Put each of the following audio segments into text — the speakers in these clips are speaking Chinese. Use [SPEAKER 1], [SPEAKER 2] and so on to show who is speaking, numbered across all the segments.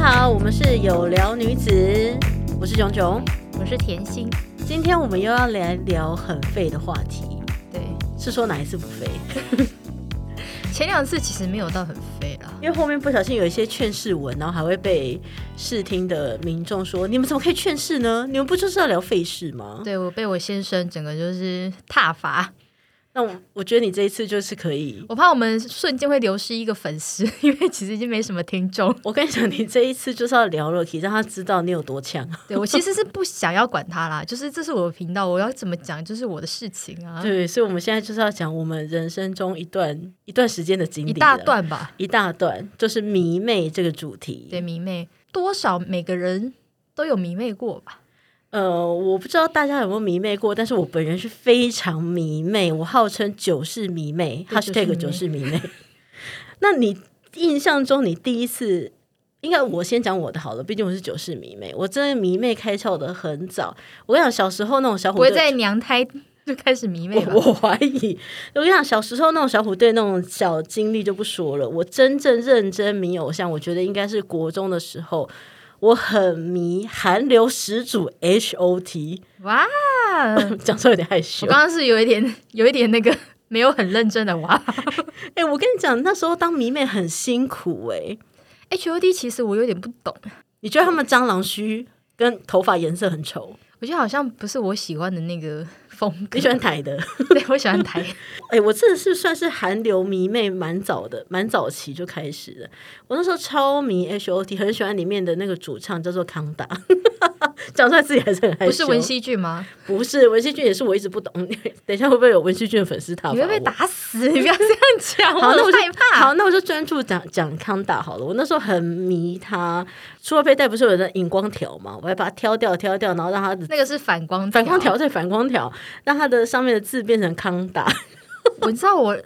[SPEAKER 1] 好，我们是有聊女子，我是炯炯。
[SPEAKER 2] 我是甜心，
[SPEAKER 1] 今天我们又要来聊很废的话题，
[SPEAKER 2] 对，
[SPEAKER 1] 是说哪一次不废？
[SPEAKER 2] 前两次其实没有到很废啦，
[SPEAKER 1] 因为后面不小心有一些劝世文，然后还会被试听的民众说：“你们怎么可以劝世呢？你们不就是要聊废事吗
[SPEAKER 2] 对我被我先生整个就是踏伐，？”
[SPEAKER 1] 那我我觉得你这一次就是可以。
[SPEAKER 2] 我怕我们瞬间会流失一个粉丝， 因为其实已经没什么听众。
[SPEAKER 1] 我跟你讲，你这一次就是要聊 Rocky，让他知道你有多强。
[SPEAKER 2] 对我其实是不想要管他 啦，就是这是我的频道，我要怎么讲就是我的事情 啊，
[SPEAKER 1] 对，所以我们现在就是要讲我们人生中一段一段时间的经历，
[SPEAKER 2] 一大，段吧。
[SPEAKER 1] 一大段，就是迷妹这个主题。
[SPEAKER 2] 对，迷妹多少每个人都有迷妹过吧？
[SPEAKER 1] 呃，我不知道大家有没有迷妹过，但是我本人是非常迷妹，我号称九世迷妹
[SPEAKER 2] 对
[SPEAKER 1] ，#hashtag 九
[SPEAKER 2] 九
[SPEAKER 1] 世
[SPEAKER 2] 世
[SPEAKER 1] 迷妹。 那你印象中你第一次，应该我先讲我的好了，毕竟我是九世迷妹，我真的迷妹开窍的很早。我跟你讲，小时候那种小
[SPEAKER 2] 不
[SPEAKER 1] 虎
[SPEAKER 2] 会
[SPEAKER 1] 队，
[SPEAKER 2] 在娘胎就开始迷妹吧
[SPEAKER 1] 我？ 我怀疑。我跟你讲，小时候那种小虎队那种小经历就不说了，我真正认真迷偶像，我觉得应该是国中的时候。我很迷韩流始祖 H O T，
[SPEAKER 2] 哇，
[SPEAKER 1] 讲出来有点害羞
[SPEAKER 2] 我。刚刚是有一点有一点那个没有很认真的哇。
[SPEAKER 1] 哎、我跟你讲，那时候当迷妹很辛苦哎、
[SPEAKER 2] H O D 其实我有点不懂，
[SPEAKER 1] 你觉得他们蟑螂须跟头发颜色很丑，
[SPEAKER 2] 我觉得好像不是我喜欢的那个风格。
[SPEAKER 1] 你喜欢台的？
[SPEAKER 2] 对，我喜欢台。
[SPEAKER 1] 哎、我真的是算是韩流迷妹，蛮早的，蛮早期就开始的。我那时候超迷 H O T，很喜欢里面的那个主唱叫做康达， 讲出来自己还是很 害羞。
[SPEAKER 2] 不是文，熙剧吗？
[SPEAKER 1] 不是文熙俊，也是我一直不懂。等一下会不会有文熙俊的粉丝他？
[SPEAKER 2] 你会被。打死！ 你不要这样讲，
[SPEAKER 1] 好，那我
[SPEAKER 2] 我
[SPEAKER 1] 就
[SPEAKER 2] 害怕。
[SPEAKER 1] 好，那我就专注讲讲康达好了。我那时候很迷他，塑料背带不是有那荧光条嘛，我还把它挑掉，挑掉，然后让它的
[SPEAKER 2] 那个是反光
[SPEAKER 1] 反光条，再反光条，让它的上面的字变成康达。
[SPEAKER 2] 我知道我。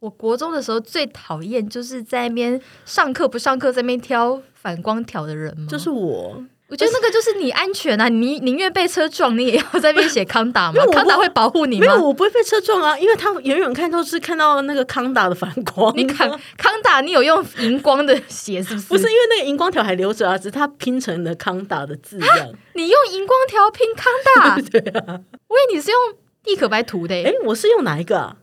[SPEAKER 2] 我国中的时候最讨厌就是在那边上课不上课，在那边挑反光条的人嘛。
[SPEAKER 1] 就是我，
[SPEAKER 2] 我觉得那个就是你安全啊，你宁愿被车撞，你也要在那边写康达
[SPEAKER 1] 因
[SPEAKER 2] 嘛
[SPEAKER 1] 为我。不
[SPEAKER 2] 康达会保护你
[SPEAKER 1] 没
[SPEAKER 2] 吗
[SPEAKER 1] 有，？我不会被车撞啊，因为他远远看都是看到那个康达的反光。
[SPEAKER 2] 你康康达，你有用荧光的写是不是？
[SPEAKER 1] 不 是因为那个荧光条还留着啊，只是它拼成了康达的字样。
[SPEAKER 2] 你用荧光条拼康大？对啊，我以为你是用地可白涂的、
[SPEAKER 1] 哎、
[SPEAKER 2] 欸。
[SPEAKER 1] 我是用哪一个啊？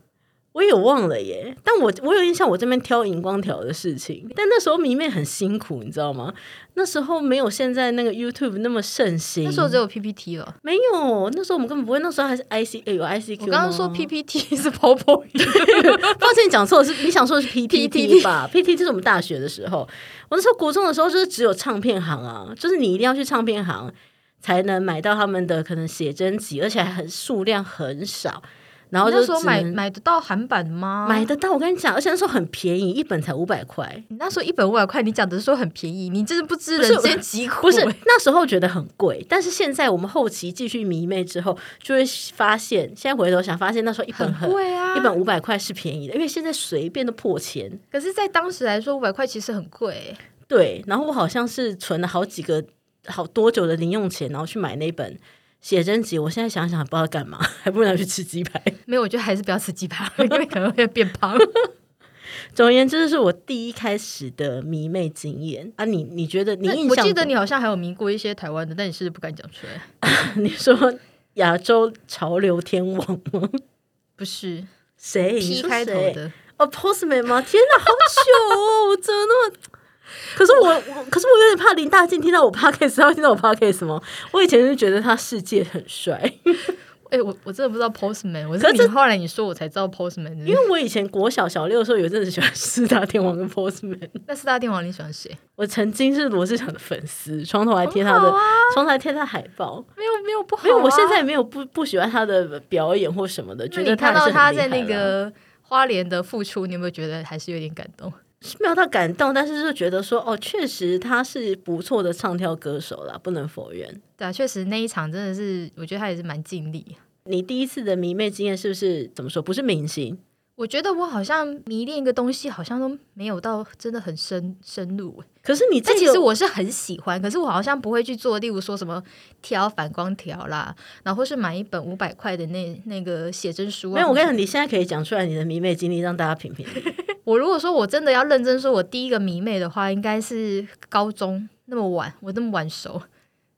[SPEAKER 1] 我也忘了耶，但我我有印象，我这边挑荧光条的事情，但那时候迷妹很辛苦，你知道吗？那时候没有现在那个 YouTube 那么盛行，
[SPEAKER 2] 那时候只有 PPT 了。
[SPEAKER 1] 没有，那时候我们根本不会，那时候还是 IC 哎有 ICQ
[SPEAKER 2] 我刚刚
[SPEAKER 1] 吗
[SPEAKER 2] 说 PPT 是泡泡语，
[SPEAKER 1] 抱歉，你讲错了，是你想说 的是 PTT 吧？PTT 是我们大学的时候，我那时候国中的时候就是只有唱片行啊，就是你一定要去唱片行才能买到他们的可能写真集，而且还很数量很少， 然后
[SPEAKER 2] 你
[SPEAKER 1] 就
[SPEAKER 2] 那时候
[SPEAKER 1] 只
[SPEAKER 2] 买
[SPEAKER 1] 能
[SPEAKER 2] 买得到韩版的吗？
[SPEAKER 1] 买。得到。我跟你讲，而且那时候很便宜，一本才五百块。
[SPEAKER 2] 你那时候一本五百块，你讲的是说很便宜，你真是不知
[SPEAKER 1] 不是
[SPEAKER 2] 人间疾苦、
[SPEAKER 1] 不是
[SPEAKER 2] 欸
[SPEAKER 1] 那时候觉得很贵，但是现在我们后期继续迷妹之后，就会发现，现在回头想发现那时候 一本很
[SPEAKER 2] 很贵啊！
[SPEAKER 1] 一本，五百块是便宜的，因为现在随便都破千。
[SPEAKER 2] 可是，在当时来说，五百块其实很贵、欸
[SPEAKER 1] 对，然后我好像是存了好几个好多久的零用钱，然后去买那本写真集。我现在想想不知道干嘛，还不如拿去吃鸡排。
[SPEAKER 2] 没有，我觉得还是不要吃鸡排，因为可能会变胖。
[SPEAKER 1] 总而言之，这是我第一开始的迷妹经验啊！你你觉得 你
[SPEAKER 2] 那
[SPEAKER 1] 印
[SPEAKER 2] 我
[SPEAKER 1] 象中？
[SPEAKER 2] 记得你好像还有迷过一些台湾的，但你是不是不敢讲出来。
[SPEAKER 1] 你说亚洲潮流天王 吗？
[SPEAKER 2] 不是
[SPEAKER 1] 谁你
[SPEAKER 2] P
[SPEAKER 1] 说
[SPEAKER 2] 开头
[SPEAKER 1] 谁
[SPEAKER 2] 的，
[SPEAKER 1] 哦，Postman 吗？天哪，好久哦！ 我怎么那 么……可是我我可是我有点怕林大进听到我 podcast，他会听到我 podcast 吗？我以前就觉得他世界很帅。
[SPEAKER 2] 哎、我我真的不知道 Postman，我
[SPEAKER 1] 可
[SPEAKER 2] 是
[SPEAKER 1] 是
[SPEAKER 2] 你后来你说我才知道 Postman，
[SPEAKER 1] 因为我以前国小小六的时候，有一阵子喜欢四大天王跟 Postman。
[SPEAKER 2] 那四大天王你喜欢谁？
[SPEAKER 1] 我曾经是罗志祥的粉丝，床头还贴他的，
[SPEAKER 2] 很好啊
[SPEAKER 1] 床头还贴他海报。
[SPEAKER 2] 没有没有不好、啊，
[SPEAKER 1] 没有，我现在也没有不不喜欢他的表演或什么的，
[SPEAKER 2] 那
[SPEAKER 1] 觉
[SPEAKER 2] 你
[SPEAKER 1] 得
[SPEAKER 2] 看
[SPEAKER 1] 还是
[SPEAKER 2] 到
[SPEAKER 1] 很
[SPEAKER 2] 他
[SPEAKER 1] 厉
[SPEAKER 2] 在
[SPEAKER 1] 害
[SPEAKER 2] 那
[SPEAKER 1] 啦
[SPEAKER 2] 个花莲的付出，你有没有觉得还是有点感动？
[SPEAKER 1] 是没有到感动，但是就觉得说，哦，确实他是不错的唱跳歌手啦，不能否认。
[SPEAKER 2] 对啊，确实那一场真的是，我觉得他也是蛮尽力。啊
[SPEAKER 1] 你第一次的迷妹经验是不是怎么说？不是明星，
[SPEAKER 2] 我觉得我好像迷恋一个东西，好像都没有到真的很深深入。欸
[SPEAKER 1] 可是你这
[SPEAKER 2] 但
[SPEAKER 1] 个
[SPEAKER 2] 其实我是很喜欢，可是我好像不会去做，例如说什么挑反光条啦，然后或是买一本五百块的那那个写真书啊。
[SPEAKER 1] 没有，我跟你讲，你现在可以讲出来你的迷妹经历，让大家评评理。
[SPEAKER 2] 我如果说我真的要认真说，我第一个迷妹的话，应该是高中那么晚，我那么晚熟。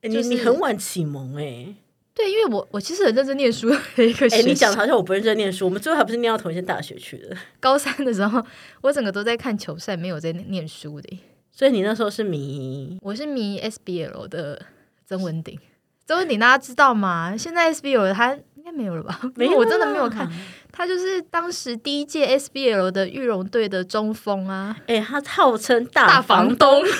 [SPEAKER 1] 欸
[SPEAKER 2] 就是
[SPEAKER 1] 你你很晚启蒙哎、
[SPEAKER 2] 对，因为我我其实很认真念书的一个
[SPEAKER 1] 哎、
[SPEAKER 2] 学生。
[SPEAKER 1] 你讲的好像我不认真念书，我们最后还不是念到同一间大学去的。
[SPEAKER 2] 高三的时候，我整个都在看球赛，没有在念书的。
[SPEAKER 1] 所以你那时候是迷
[SPEAKER 2] 我是迷 SBL 的曾文鼎，曾文鼎大家知道吗？现在 SBL 他应该没有了吧？
[SPEAKER 1] 没有啦
[SPEAKER 2] 因为我真的没有看。他就是当时第一届 SBL 的玉龙队的中锋啊，
[SPEAKER 1] 哎、他号称大
[SPEAKER 2] 大
[SPEAKER 1] 房
[SPEAKER 2] 房东。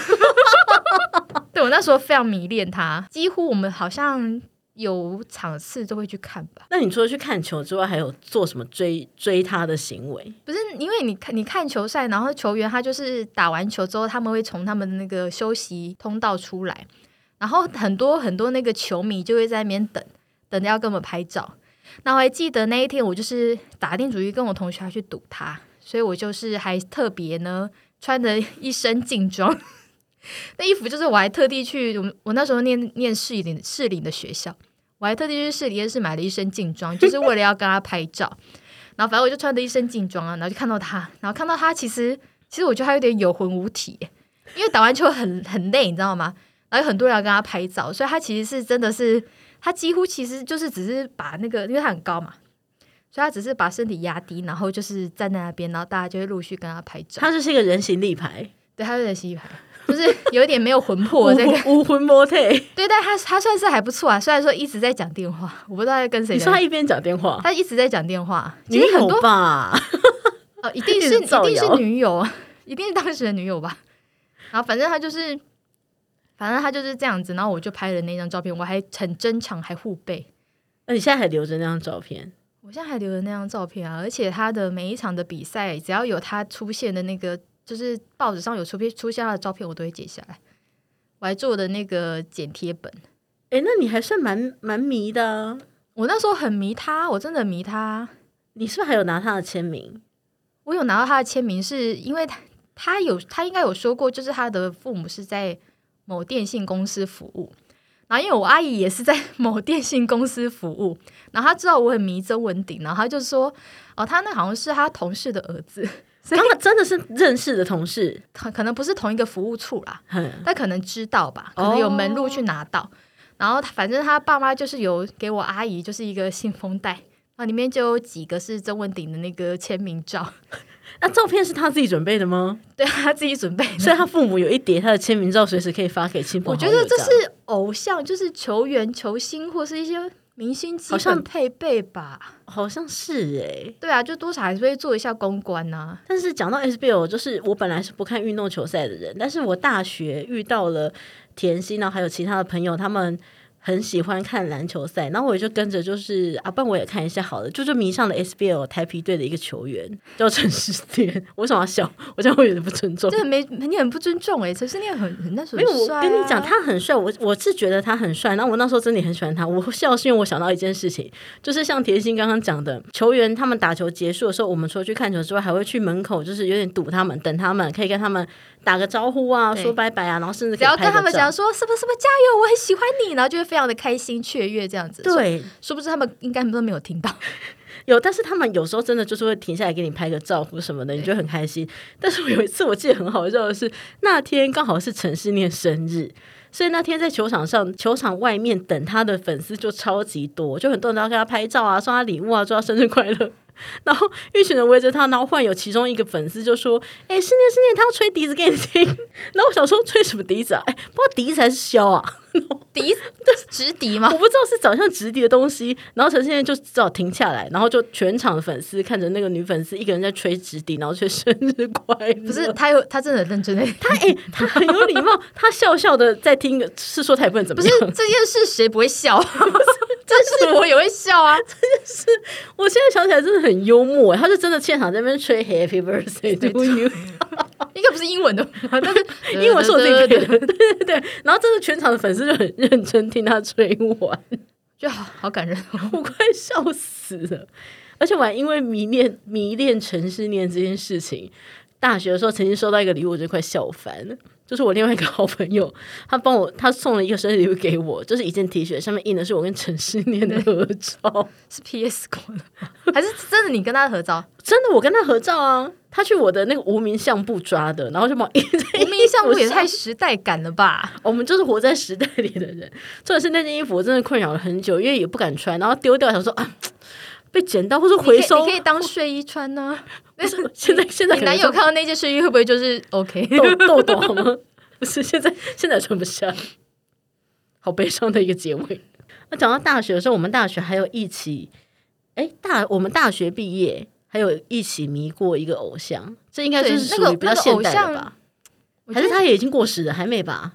[SPEAKER 2] 对我那时候非常迷恋他，几乎我们好像有场次都会去看吧。
[SPEAKER 1] 那你除了去看球之外，还有做什么追追他的行为？
[SPEAKER 2] 不是因为你看你看球赛，然后球员他就是打完球之后，他们会从他们的那个休息通道出来，然后很多很多那个球迷就会在那边等，等着要跟我们拍照。那我还记得那一天，我就是打定主意跟我同学要去堵他，所以我就是还特别呢穿着一身劲装， 那衣服就是我还特地去我们我那时候念念市里市里的学校，我还特地去市里夜市买了一身劲装，就是为了要跟他拍照。 然后反正我就穿着一身劲装啊，然后就看到他，然后看到他其实其实我觉得他有点有魂无体耶，因为打完球很很累，你知道吗？然后有很多人要跟他拍照，所以他其实是真的是他几乎其实就是只是把那个，因为他很高嘛，所以他只是把身体压低，然后就是站在那边，然后大家就会陆续跟他拍照。
[SPEAKER 1] 他就是一个人形立牌，
[SPEAKER 2] 对，他有点洗牌，就是有一点没有魂魄
[SPEAKER 1] 无
[SPEAKER 2] 这个。
[SPEAKER 1] 无魂不退。
[SPEAKER 2] 对，但他他算是还不错啊，虽然说一直在讲电话，我不知道他在跟谁
[SPEAKER 1] 你说他
[SPEAKER 2] 聊，
[SPEAKER 1] 一边讲电话，
[SPEAKER 2] 他一直在讲电话。
[SPEAKER 1] 你
[SPEAKER 2] 其实很
[SPEAKER 1] 有
[SPEAKER 2] 多
[SPEAKER 1] 吧？
[SPEAKER 2] 哦，一定
[SPEAKER 1] 一直
[SPEAKER 2] 是一
[SPEAKER 1] 造
[SPEAKER 2] 定
[SPEAKER 1] 谣
[SPEAKER 2] 是女友，啊， 一定是当时的女友吧。然后反正他就是，反正他就是这样子。然后我就拍了那张照片，我还很珍藏，还互背。
[SPEAKER 1] 那你现在还留着那张照片？
[SPEAKER 2] 我现在还留着那张照片啊，而且他的每一场的比赛，只要有他出现的那个，就是报纸上有出片出现他的照片，我都会截下来。我还做我的那个剪贴本。
[SPEAKER 1] 哎、那你还算蛮蛮迷的啊、
[SPEAKER 2] 我那时候很迷他，我真的很迷他。
[SPEAKER 1] 你是不是还有拿他的签名？
[SPEAKER 2] 我有拿到他的签名，是因为他他有他应该有说过，就是他的父母是在某电信公司服务，然后因为我阿姨也是在 某电信公司服务，然后他知道我很迷曾文鼎，然后他就说，哦，他那好像是他同事的儿子，所以
[SPEAKER 1] 他们真的是认识的同事，
[SPEAKER 2] 可可能不是同一个服务处啦，
[SPEAKER 1] 哼
[SPEAKER 2] 但可能知道吧，可能有门路去拿到。然后他反正他爸妈就是有给我阿姨就是一个信封袋，然后里面就有几个是曾文鼎的那个签名照，
[SPEAKER 1] 那照片是他自己准备的吗？
[SPEAKER 2] 对他自己准备的。
[SPEAKER 1] 所以他父母有一叠他的签名照，随时可以发给亲朋
[SPEAKER 2] 我
[SPEAKER 1] 好友
[SPEAKER 2] 觉
[SPEAKER 1] 样。
[SPEAKER 2] 得这是偶像，就是球员、球星或是一些明星基
[SPEAKER 1] 好像
[SPEAKER 2] 本配备吧。
[SPEAKER 1] 好像是哎、
[SPEAKER 2] 对啊，就多少还是会做一下公关啊呐、
[SPEAKER 1] 但是讲到 SBL，就是我本来是不看运动球赛的人，但是我大学遇到了甜心，然后还有其他的朋友，他们很喜欢看篮球赛，然后我也就跟着就是啊，不然我也看一下好了，就就迷上了 SBL 台皮队的一个球员叫陈世天。我为什么要笑？我这样会有点不尊重
[SPEAKER 2] 这。个没你很不尊重哎、陈思念很很那时候
[SPEAKER 1] 没有，我
[SPEAKER 2] 很帅啊
[SPEAKER 1] 跟你讲，他很帅，我我是觉得他很帅。然后我那时候真的很喜欢他。我笑是因为我想到一件事情，就是像甜心刚刚讲的，球员他们打球结束的时候，我们除了去看球之外，还会去门口，就是有点堵他们，等他们，可以跟他们打个招呼啊，
[SPEAKER 2] 对
[SPEAKER 1] 说拜拜啊，然后甚至
[SPEAKER 2] 只
[SPEAKER 1] 可以
[SPEAKER 2] 要
[SPEAKER 1] 拍
[SPEAKER 2] 跟
[SPEAKER 1] 个
[SPEAKER 2] 他们
[SPEAKER 1] 照
[SPEAKER 2] 讲，说什么什么加油，我很喜欢你，然后就会非常的开心雀跃这样子。，
[SPEAKER 1] 对，
[SPEAKER 2] 殊不知他们应该都没有听 到。
[SPEAKER 1] 有，但是他们有时候真的就是会停下来给你拍个照或什么的，你就很开心。但是我有一次我记得很好笑的是，那天刚好是陈世念生日，所以那天在球场上、球场外面等他的粉丝就超级多，就很多人都要跟他拍照啊、送他礼物啊、祝他生日快乐。然后一群人围着他，然后忽然有其中一个粉丝就说：“哎、世念世念，他要吹笛子给你听。”然后我想说吹什么笛子啊？哎、不知道笛子还是箫啊？
[SPEAKER 2] 敌这是直敌 吗
[SPEAKER 1] 我？不知道是长相直敌的东西，然后陈先生就只好停下来，然后就全场的粉丝看着那个女粉丝一个人在吹直笛，然后吹生日快乐。
[SPEAKER 2] 不是， 他有他真的很认真的。
[SPEAKER 1] 他哎、他很有礼貌，他笑笑的在听，是说他也不能怎
[SPEAKER 2] 不
[SPEAKER 1] 么
[SPEAKER 2] 是
[SPEAKER 1] 样。
[SPEAKER 2] 这件事谁不会笑？ 这事我也会笑 啊。
[SPEAKER 1] 我现在想起来真的很幽默，欸他就真的现场在那边吹 Happy Birthday to you，
[SPEAKER 2] 应该不是英文的， 但是
[SPEAKER 1] 英文是我自己配的，对对对。然后真的全场的粉丝就很认真听他吹完，
[SPEAKER 2] 就好好感人哦。
[SPEAKER 1] 我快笑死了。而且我还因为迷恋迷恋城市念这件事情，大学的时候曾经收到一个礼物，我就快笑翻了。就是我另外一个好朋友，他帮我，他送了一个生日礼物给我，就是一件 T 恤，上面印的是我跟陈世念的合照。
[SPEAKER 2] 是 PS 过的，还是真的你跟他合照？
[SPEAKER 1] 真的，我跟他合照啊，他去我的那个无名相簿抓的，然后就把我印在
[SPEAKER 2] 无名相簿也
[SPEAKER 1] 衣服上
[SPEAKER 2] 太时代感了吧？
[SPEAKER 1] 我们就是活在时代里的人。重点是那件衣服我真的困扰了很久，因为也不敢穿，然后丢掉，想说啊，被捡到或是
[SPEAKER 2] 你可 以
[SPEAKER 1] 回收
[SPEAKER 2] 你。可以当睡衣穿呢、
[SPEAKER 1] 但是现在 现在
[SPEAKER 2] 你
[SPEAKER 1] 可
[SPEAKER 2] 男
[SPEAKER 1] 能
[SPEAKER 2] 友看到那件睡衣会不会就是 OK？
[SPEAKER 1] 豆豆豆好吗？不是，现在现在穿不下，好悲伤的一个结尾。那讲到大学的时候，我们大学还有一起，哎，大我们大学毕业还有一起迷过一个偶像，这应该就是
[SPEAKER 2] 对那个
[SPEAKER 1] 属于比较
[SPEAKER 2] 那个
[SPEAKER 1] 现代的
[SPEAKER 2] 偶
[SPEAKER 1] 吧
[SPEAKER 2] 像？我觉
[SPEAKER 1] 还
[SPEAKER 2] 得
[SPEAKER 1] 是他也已经过时了，还没吧？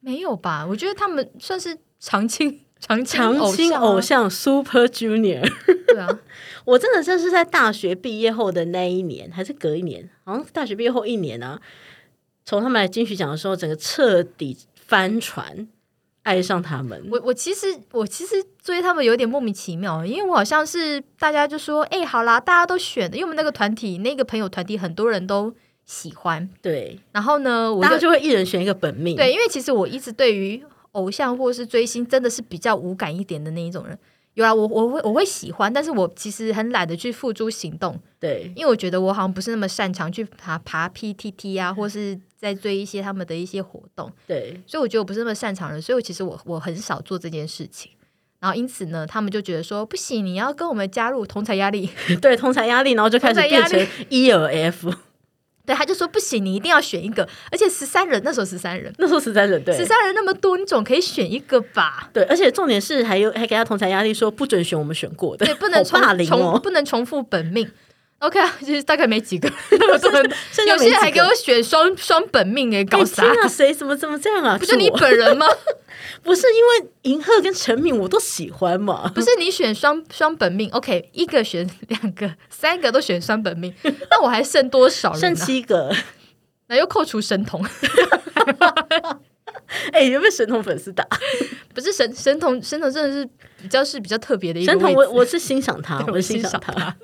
[SPEAKER 2] 没有吧？我觉得他们算是常青 常青
[SPEAKER 1] 强青
[SPEAKER 2] 像啊
[SPEAKER 1] 偶像 Super Junior，
[SPEAKER 2] 对啊，
[SPEAKER 1] 我真的就是在大学毕业后的那一年，还是隔一年，好像大学毕业后一年啊，从他们来金曲奖的时候，整个彻底翻船，爱上他们。
[SPEAKER 2] 我我其实我其实追他们有点莫名其妙，因为我好像是大家就说，哎、好啦，大家都选的，因为我们那个团体那个朋友团体很多人都喜欢，
[SPEAKER 1] 对，
[SPEAKER 2] 然后呢，我
[SPEAKER 1] 大家
[SPEAKER 2] 就
[SPEAKER 1] 就会一人选一个本命。
[SPEAKER 2] 对，因为其实我一直对于偶像或是追星真的是比较无感一点的那一种人。有啊，我我会我会喜欢，但是我其实很懒得去付诸行动，
[SPEAKER 1] 对
[SPEAKER 2] 因为我觉得我好像不是那么擅长去爬爬 PTT 啊，或是在追一些他们的一些活动，
[SPEAKER 1] 对
[SPEAKER 2] 所以我觉得我不是那么擅长的，所以我其实我我很少做这件事情。然后因此呢，他们就觉得说不行，你要跟我们加入同才压力，
[SPEAKER 1] 对，同才压力，然后就开始变
[SPEAKER 2] 同才
[SPEAKER 1] 成 E 尔 F。
[SPEAKER 2] 对，他就说不行，你一定要选一个，而且十三人那时候十三人，
[SPEAKER 1] 那时候实在是
[SPEAKER 2] 十
[SPEAKER 1] 对
[SPEAKER 2] 三人那么多，你总可以选一个吧？
[SPEAKER 1] 对，而且重点是还有还给他同才压力，说不准选我们选过的，
[SPEAKER 2] 对，不能
[SPEAKER 1] 好
[SPEAKER 2] 重
[SPEAKER 1] 霸凌
[SPEAKER 2] 重、
[SPEAKER 1] 哦。
[SPEAKER 2] 不能重复本命。OK 啊， 就是大概没 几个，那么多人，
[SPEAKER 1] 现在
[SPEAKER 2] 有
[SPEAKER 1] 没
[SPEAKER 2] 些人
[SPEAKER 1] 几
[SPEAKER 2] 还给
[SPEAKER 1] 个
[SPEAKER 2] 我选双双本命哎、搞
[SPEAKER 1] 哎
[SPEAKER 2] 啥？
[SPEAKER 1] 天啊，谁怎么怎么这样啊？
[SPEAKER 2] 不就你
[SPEAKER 1] 我
[SPEAKER 2] 本 人吗？
[SPEAKER 1] 不是因为银赫跟陈敏我都喜欢嘛？
[SPEAKER 2] 不是你选双双本命，OK，一个选两个，三个都选双本 命，那我还剩多少人、
[SPEAKER 1] 剩
[SPEAKER 2] 啊？
[SPEAKER 1] 七个，
[SPEAKER 2] 那又扣除神童，
[SPEAKER 1] 哎、有没有神童粉丝打？
[SPEAKER 2] 不是神神童，神童真的是比较是比较特别的一 个
[SPEAKER 1] 神童
[SPEAKER 2] 位
[SPEAKER 1] 我，
[SPEAKER 2] 置
[SPEAKER 1] 我是欣赏 他，
[SPEAKER 2] 对
[SPEAKER 1] 我
[SPEAKER 2] 我
[SPEAKER 1] 是欣赏
[SPEAKER 2] 赏
[SPEAKER 1] 他。。